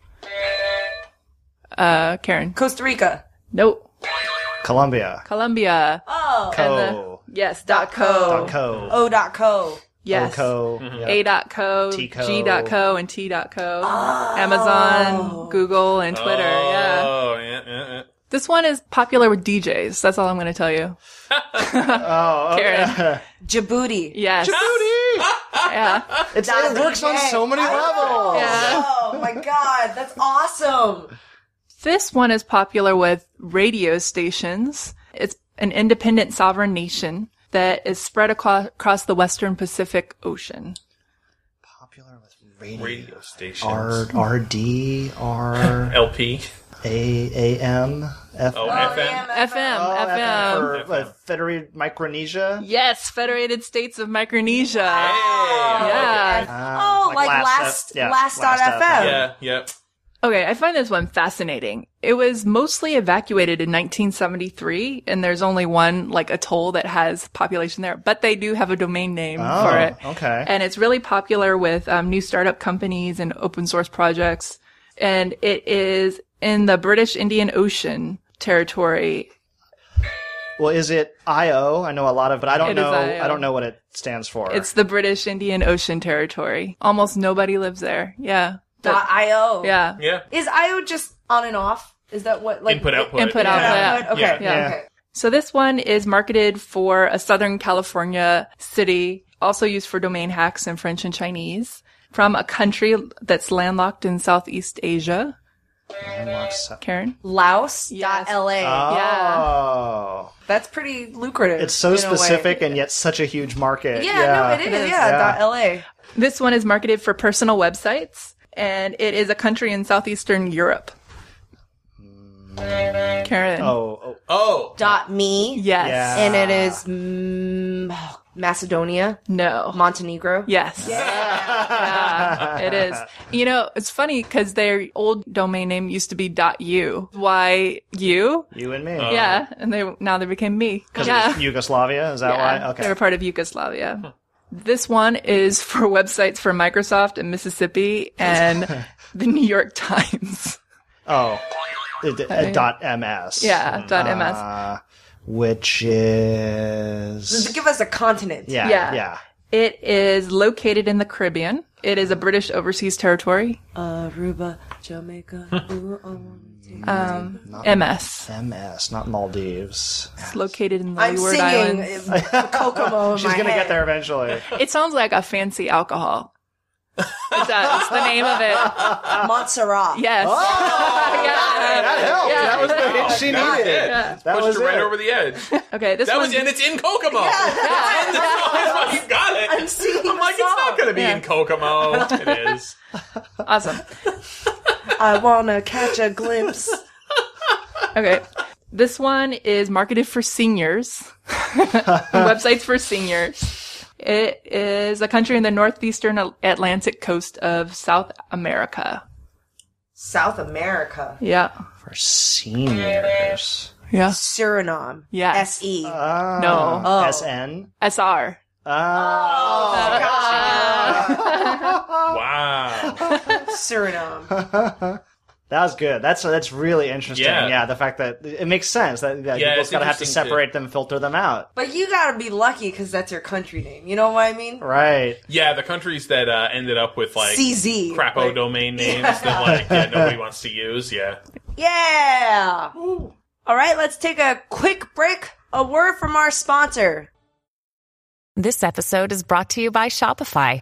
Uh, Karen.
Costa Rica.
Nope.
Colombia.
Colombia.
Oh.
Co.
Yes. Dot co.
Co.
O dot co.
Yes.
Co. Yeah.
A dot co,
T co.
G dot co, and T dot co. Amazon, Google, and Twitter. Yeah.
Oh, yeah, yeah, yeah.
This one is popular with DJs. That's all I'm going to tell you.
Oh, okay.
Karen.
Djibouti.
Yes. yeah.
It's, it works on so many levels.
Yeah.
Oh my god, that's awesome.
This one is popular with radio stations. It's an independent sovereign nation that is spread across, across the Western Pacific Ocean.
Popular with radio.
Radio stations.
R R D R
LP.
A A M F.
Oh,
Oh,
FM.
damn,
FM,
Oh,
FM.
for, uh, Federated Micronesia.
Yes, Federated States of Micronesia.
Hey.
Ah,
Yeah.
Oh, like, last
yeah,
last, dot
last
FM.
Yeah, yeah.
Okay, I find this one fascinating. It was mostly evacuated in 1973, and there's only one, like, atoll that has population there, but they do have a domain name
Oh,
for it.
okay.
and it's really popular with um, new startup companies and open source projects. And it is in the British Indian Ocean territory.
Well, is it IO? I know a lot of, but I don't
It is
know.
IO.
I don't know what it stands for.
It's the British Indian Ocean territory. Almost nobody lives there. Yeah. But-
Dot IO.
yeah.
Yeah.
Is IO just on and off? Is that what like
Input, output.
Input,
Yeah.
output.
Okay.
Yeah.
Yeah.
Okay.
So this one is marketed for a Southern California city, also used for domain hacks in French and Chinese from a country that's landlocked in Southeast Asia.
Unlocks-
Karen?
Laos
Yes.
dot LA.
Oh,
That's pretty lucrative.
Uh, it's so
in a way.
specific and yet such a huge market.
Yeah, no, it is.
is.
Yeah,
Yeah.
dot LA.
This one is marketed for personal websites, and it is a country in southeastern Europe. Karen.
Oh, oh,
Oh,
Dot me.
Yes.
Yeah.
And it is mm, Macedonia,
No.
Montenegro.
yes. Yeah, it is. You know, it's funny because their old domain name used to be .u. Why you?
you and me.
yeah, and they now they became me.
Oh. Because
Yeah.
it's Yugoslavia. Is that
Yeah,
why? Okay.
They were part of Yugoslavia. This one is for websites for Microsoft and Mississippi and the New York Times.
Oh, it- it- dot ms.
Yeah, dot .ms.
Uh, which is
Give us a continent.
yeah,
Yeah.
yeah.
It is located in the Caribbean. It is a British overseas territory.
Aruba, Jamaica. ooh, I wanna take you.
MS.
ms, not Maldives.
Um, It's located in the
I'm
Leeward
singing
Islands.
uh, Kokomo. In
She's
my
gonna
head.
get there eventually.
It sounds like a fancy alcohol. It does. It's the name of it.
Montserrat.
Yes. yeah.
Oh, that helped.
Yeah.
That was the hint she
that's
needed.
it.
That
Pushed
was
her right
it.
over the edge.
Okay. This
That
one.
was, and it's in Kokomo. It's in the song. You got it.
I'm singing
I'm like,
the
it's not
song.
going to be in Kokomo. It is.
awesome.
I wanna catch a glimpse.
Okay. This one is marketed for seniors. Websites for seniors. It is a country in the northeastern Atlantic coast of South America.
South America.
Yeah.
For seniors.
Yeah.
Suriname.
Yes.
S E.
Ah.
No.
Oh.
SN.
SR.
Uh, Ah.
Wow.
Suriname.
That was good. That's that's really interesting.
Yeah.
Yeah, the fact that it makes sense that, that
Yeah,
people's
it's
gotta have to
interesting too.
separate them, filter them out.
But you gotta be lucky because that's your country name. You know what I mean?
Right.
Yeah, the countries that uh, ended up with like
CZ.
crapo
Like,
domain names that like yeah, nobody wants to use. Yeah.
Yeah. All right, let's take a quick break. A word from our sponsor.
This episode is brought to you by Shopify.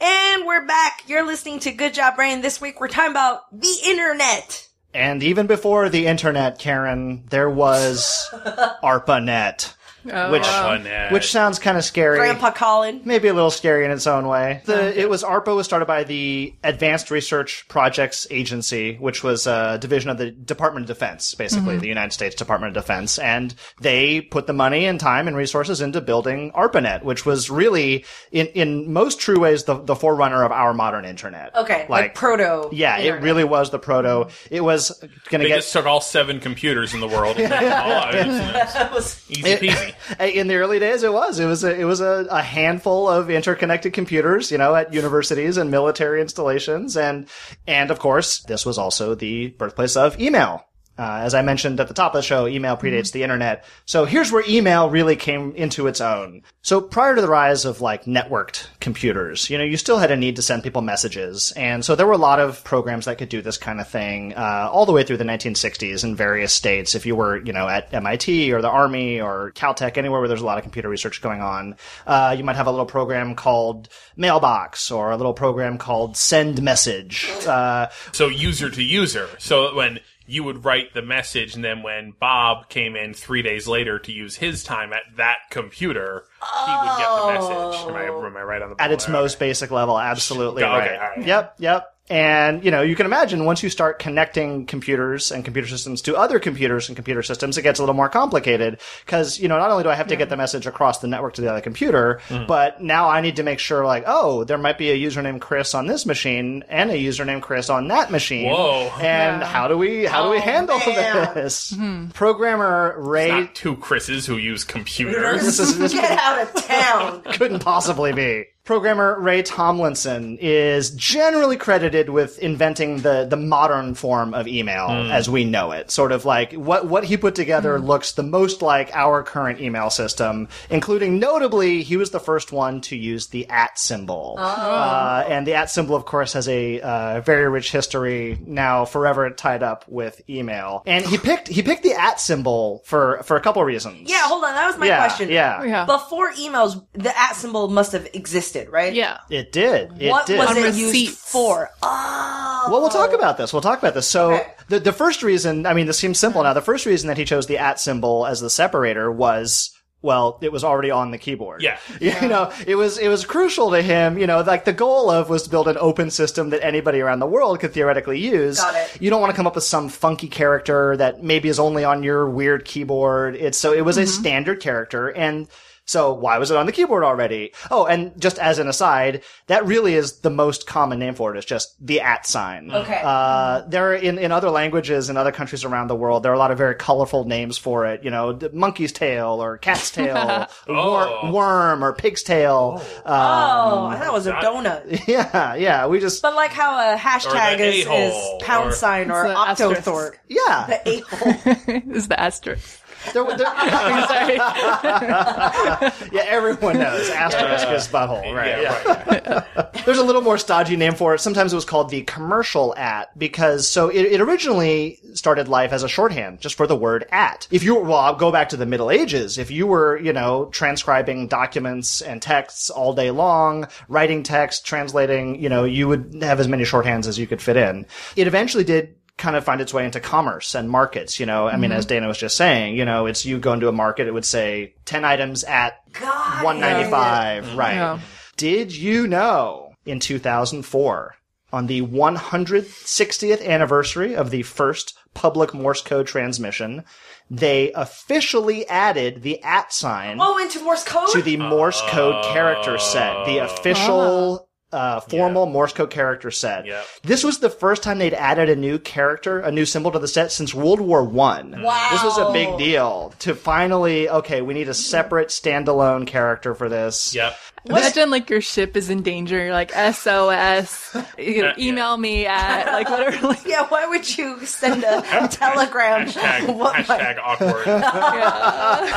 And we're back. You're listening to Good Job Brain. This week we're talking about the internet.
And even before the internet, Karen, there was ARPANET,
Oh.
which
ARPANET.
which sounds kind of scary.
Grandpa Colin.
Maybe a little scary in its own way. The, it was ARPA was started by the Advanced Research Projects Agency, which was a division of the Department of Defense, basically
Mm-hmm.
the United States Department of Defense, and they put the money and time and resources into building ARPANET, E which was really, in in most true ways, the the forerunner of our modern internet.
Okay, like, proto.
Yeah, it really was the proto. It was going to
They
get
just took all seven computers in the world. And oh, it's-
That was
easy peasy.
in the early days it was it was a, it was a, a handful of interconnected computers you know at universities and military installations and and of course this was also the birthplace of email uh, as I mentioned at the top of the show, email predates the internet. So here's where email really came into its own. So prior to the rise of like networked computers, you know, you still had a need to send people messages. And so there were a lot of programs that could do this kind of thing, uh, all the way through the 1960s in various states. If you were, you know, at MIT or the Army or Caltech, anywhere where there's a lot of computer research going on, uh, you might have a little program called Mailbox or a little program called Send Message. Uh,
so user to user. So when you would write the message, and then when Bob came in three days later to use his time at that computer, he would get the message. Am I, am I right on the
at its
ball there?
most basic level absolutely
Okay,
right.
all right.
yep yep and you know you can imagine once you start connecting computers and computer systems to other computers and computer systems it gets a little more complicated because you know not only do i have to get the message across the network to the other computer
Mm-hmm.
but now i need to make sure like oh there might be a username chris on this machine and a username chris on that machine
Whoa.
and how do we how do we handle
man.
this programmer ray
Not two Chris's who use computers.
this is, this
Get out of town.
couldn't possibly be. Programmer Ray Tomlinson is generally credited with inventing the, the modern form of email as we know it. Sort of like what, what he put together looks the most like our current email system, including notably, he was the first one to use the at symbol.
Oh.
Uh, and the at symbol, of course, has a uh, very rich history now forever tied up with email. And he picked, he picked the at symbol for, for a couple reasons.
Yeah, hold on. That was my
Yeah,
question.
yeah.
Yeah.
Before emails, the at symbol must have existed, right?
Yeah.
It did. It
What
did. Um,
was it used
Receipts.
for? Oh.
Well, we'll talk about this. We'll talk about this. So
Okay.
the the first reason, I mean, this seems simple now. The first reason that he chose the at symbol as the separator was. Well, it was already on the keyboard.
Yeah.
You know, it was, it was crucial to him, you know, like the goal of was to build an open system that anybody around the world could theoretically use.
Got it.
You don't want to come up with some funky character that maybe is only on your weird keyboard. It's so, it was
Mm-hmm.
a standard character. And so why was it on the keyboard already? Oh, and just as an aside, that really is the most common name for it is just the at sign.
Okay.
Uh, there are in, in other languages in other countries around the world, there are a lot of very colorful names for it. You know, d- monkey's tail or cat's tail, wor- worm or pig's tail. Uh,
Oh, I thought it was a donut.
yeah, yeah. We just,
But like how a hashtag
the
is,
a-hole,
is pound
or-
sign or
It's the
octothorpe.
yeah.
The a-hole.
is the asterisk.
There, there,
Sorry.
yeah, everyone knows asterisk is butthole, right?
Yeah,
yeah.
right.
There's a little more stodgy name for it. Sometimes it was called the commercial at because so it, it originally started life as a shorthand just for the word at. If you well, I'll go back to the Middle Ages. If you were you know transcribing documents and texts all day long, writing text, translating, you know, you would have as many shorthands as you could fit in. It eventually did kind of find its way into commerce and markets. You know, I mean, as Dana was just saying, you know, it's you go into a market, it would say ten items at
God.
195 right
Yeah.
did you know in 2004 on the 160th anniversary of the first public Morse code transmission, they officially added the at sign
Oh, into Morse code?
to the Morse code character set, the official uh, formal Morse code character set.
Yep.
This was the first time they'd added a new character, a new symbol to the set since World War One.
Wow.
This was a big deal to finally. Okay, we need a separate standalone character for this.
Yep.
Imagine like your ship is in danger. You're like SOS. You know,
Uh, yeah.
email me at like whatever. Like,
yeah, why would you send a telegram?
Hashtag,
What my-
hashtag awkward.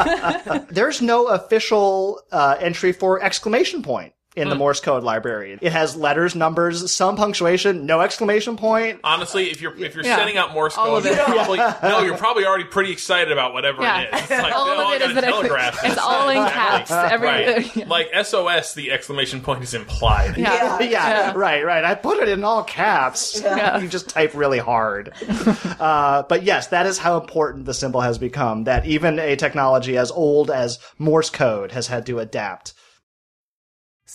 There's no official uh, entry for exclamation point. In
Hmm.
the Morse code library, it has letters, numbers, some punctuation, no exclamation point.
Honestly, if you're if you're
Yeah.
sending out Morse
All
code,
of
you're
it.
probably no, you're probably already pretty excited about whatever
Yeah.
it is. It's like,
all
oh,
of
I
it
gotta
is an
telegraph
excla-
this.
It's all in
Exactly.
caps. Everything.
Right. Like SOS, the exclamation point is implied.
Yeah.
Yeah.
Uh, yeah, right, right. I put it in all caps. You just type really hard. uh, but yes, that is how important the symbol has become. That even a technology as old as Morse code has had to adapt.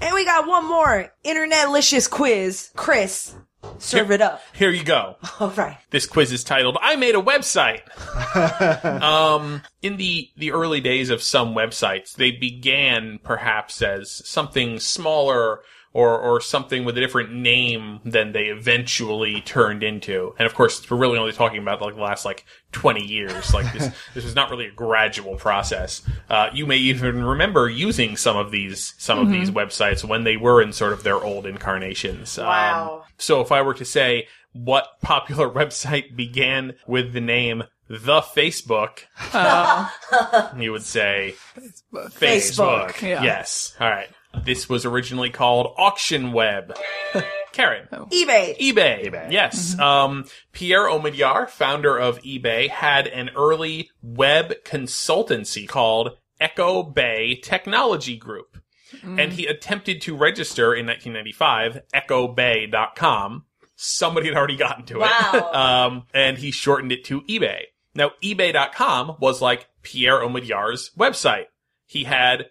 And we got one more internetlicious quiz. Chris, serve it up.
Here you go.
All right.
this quiz is titled "I Made a Website." um, in the the early days of some websites, they began perhaps as something smaller or or something with a different name than they eventually turned into. And of course, we're really only talking about like the last like twenty years. Like this, this is not really a gradual process. Uh, you may even remember using some of these some of these websites when they were in sort of their old incarnations. Um,
Wow.
So if I were to say what popular website began with the name The Facebook, you would say Facebook.
Facebook,
yeah.
Yes. All right. This was originally called Auction Web. Karen.
eBay.
eBay. Yes. Um, Pierre Omidyar, founder of eBay, had an early web consultancy called Echo Bay Technology Group. And he attempted to register in 1995, echobay.com. Somebody had already gotten to
Wow.
it. um, and he shortened it to eBay. Now, eBay.com was like Pierre Omidyar's website. He had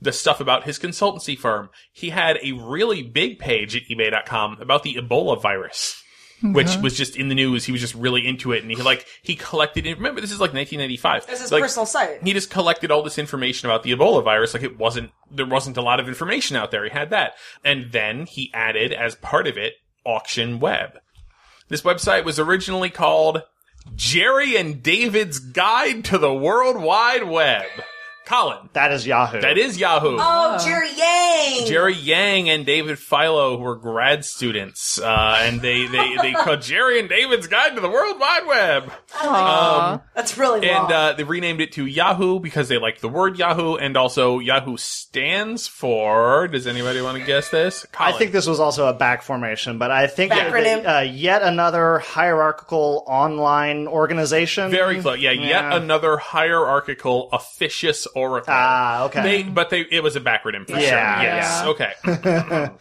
the stuff about his consultancy firm. He had a really big page at eBay.com about the Ebola virus, which was just in the news. He was just really into it, and he like he collected. Remember, this is like 1995.
This is
like,
personal site.
He just collected all this information about the Ebola virus. Like it wasn't there wasn't a lot of information out there. He had that, and then he added as part of it auction web. This website was originally called Jerry and David's Guide to the World Wide Web. Colin,
That is Yahoo.
that is Yahoo.
Oh, Jerry Yang.
Jerry Yang and David Philo were grad students, uh, and they they they called Jerry and David's Guide to the World Wide Web, Um,
That's really long.
and uh, they renamed it to Yahoo because they liked the word Yahoo, and also Yahoo stands for. Does anybody want to guess this?
I
Colin.
think this was also a back formation, but I think that-
Acronym.
that, uh, yet another hierarchical online organization.
Very close. Yeah,
Yeah.
yet another hierarchical officious oracle.
Ah, okay.
They, but they it was a backronym for
Yeah.
sure. Yes.
Yeah.
Okay.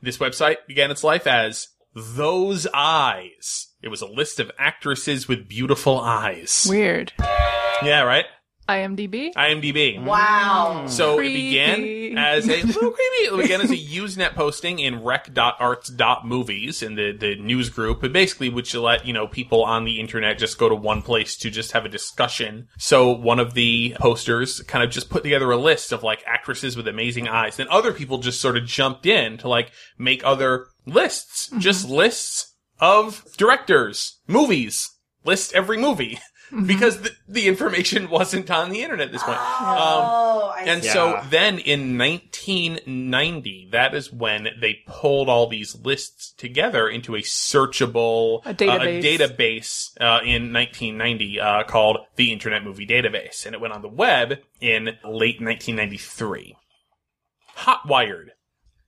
this website began its life as Those Eyes. It was a list of actresses with beautiful eyes.
Weird.
Yeah, right?
IMDb.
IMDb.
wow.
So it
Creepy.
began as a little creepy. It began as a Usenet posting in rec.arts.movies in the, the news group. It basically would just let, you know, people on the internet just go to one place to just have a discussion. So one of the posters kind of just put together a list of like actresses with amazing eyes. Then other people just sort of jumped in to like make other lists, just lists of directors, movies, list every movie. Because the, the information wasn't on the internet at this point. Um,
oh, I
and
see.
so
Yeah.
then in 1990, that is when they pulled all these lists together into a searchable uh,
A database.
a database uh, in 1990 uh, called the Internet Movie Database, and it went on the web in late 1993. Hotwired.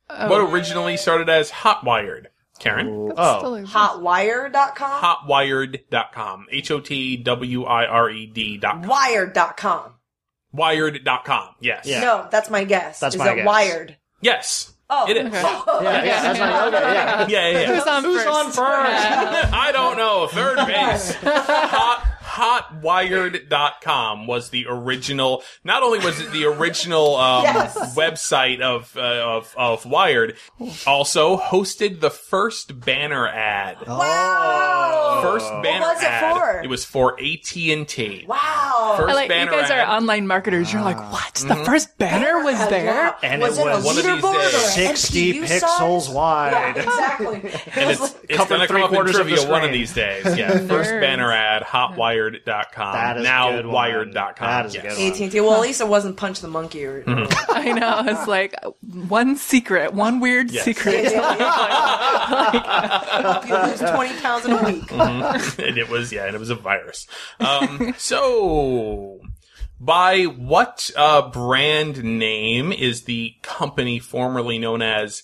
Oh.
What originally started as Hotwired, Karen?
Oh,
Hotwire.com?
Hotwired.com. H O T W I R E D.com.
Wired.com.
Wired.com. Yes.
Yeah.
No, that's my guess.
That's
is
my
it
guess.
Wired?
Yes.
Oh.
It is.
yeah, yeah, that's my- okay, yeah.
Yeah, yeah, yeah.
Who's on
Who's
first?
on first?
I don't know. Third base. Hot, hotwired.com was the original. Not only was it the original um,
Yes.
website of, uh, of of Wired, also hosted the first banner ad.
Oh.
Wow.
First banner
Oh. was it
ad.
for?
was for AT and T.
Wow.
First
I like you
banner
guys
ad. Ah. Mm-hmm.
are online marketers. You're like, what? The first banner was there.
And
was
it
it,
was
a
one of these
leaderboard or
days.
an
sixty
MTU sign?
pixels wide.
Yeah, exactly.
And it's, it's
Covered
going to come
three
up in
quarters of the
trivia one of
screen.
these days. Yeah, first
Nerds.
banner ad, hotwired.com.
That is a
now
good one.
wired.com.
That is a
yes.
good one.
AT&T. Well, at least it wasn't Punch the Monkey or.
Mm-hmm.
I know. It's like one secret, one weird
Yes.
secret.
you lose 20 pounds in a
Oh
week.
and it was yeah, and it was a virus. Um, so, by what uh, brand name is the company formerly known as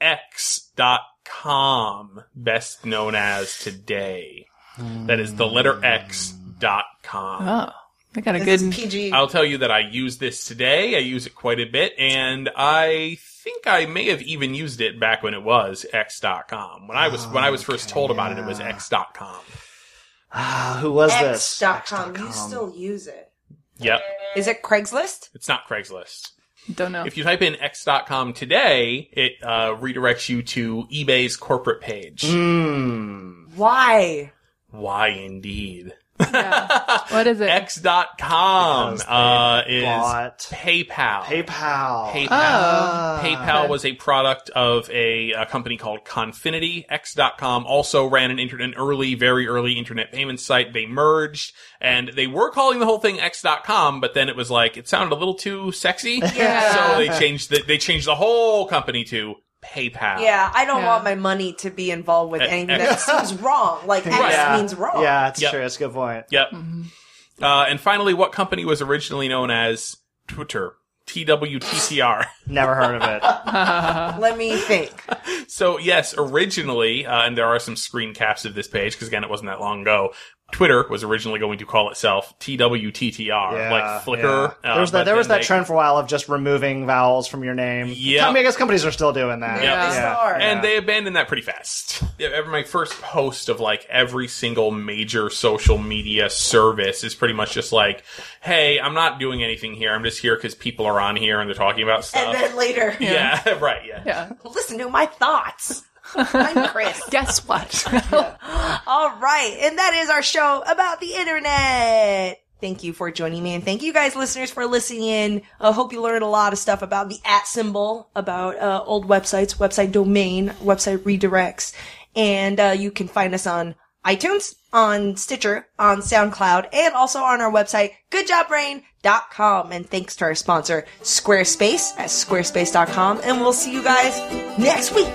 X.com best known as today? That is the letter X dot com.
Oh, I got a
This
good.
is PG.
I'll tell you that I use this today. I use it quite a bit, and I think I may have even used it back when it was X.com. When I was when I was first told about it, it was X.com.
Ah, Who was this?
X.com. You still use it.
Yep.
Is it Craigslist?
It's not Craigslist.
Don't know.
If you type in x.com today, it uh, redirects you to eBay's corporate page.
Hmm.
Why?
Why indeed?
What is it?
X.com uh, is
bought
PayPal.
PayPal.
PayPal.
Oh.
PayPal was a product of a, a company called Confinity. X.com also ran an internet, an early, very early internet payment site. They merged and they were calling the whole thing X.com, but then it was like, it sounded a little too sexy.
Yeah.
So they changed the, they changed the whole company to PayPal.
Yeah, I don't
Yeah.
want my money to be involved with
X-
anything that seems wrong. Like, X
Yeah.
means wrong.
Yeah, it's
Yep.
true. That's a good point.
Yep. Uh, and finally, what company was originally known as Twitter? TWTCR.
Never heard of it.
Let me think.
so yes, originally, uh, and there are some screen caps of this page because again, it wasn't that long ago. Twitter was originally going to call itself TWTTR,
Yeah,
like Flickr.
yeah.
uh,
there was
but
that. There was
then
that
they-
trend for a while of just removing vowels from your name.
Yeah.
I mean, I guess companies are still doing that.
Yeah.
They still are.
And they abandoned that pretty fast. Yeah, ever- My first post of like every single major social media service is pretty much just like, "Hey, I'm not doing anything here. I'm just here because people are on here and they're talking about stuff."
and then later,
yeah. right. Yeah.
yeah.
listen to my thoughts. I'm Chris.
Guess what?
All right. And that is our show about the internet. Thank you for joining me and thank you guys listeners for listening in. I hope you learned a lot of stuff about the at symbol, about uh, old websites, website domain, website redirects. And uh, you can find us on iTunes, on Stitcher, on SoundCloud, and also on our website, goodjobbrain.com. And thanks to our sponsor, Squarespace at squarespace.com. And we'll see you guys next week.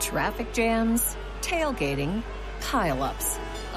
Traffic jams, tailgating, pileups.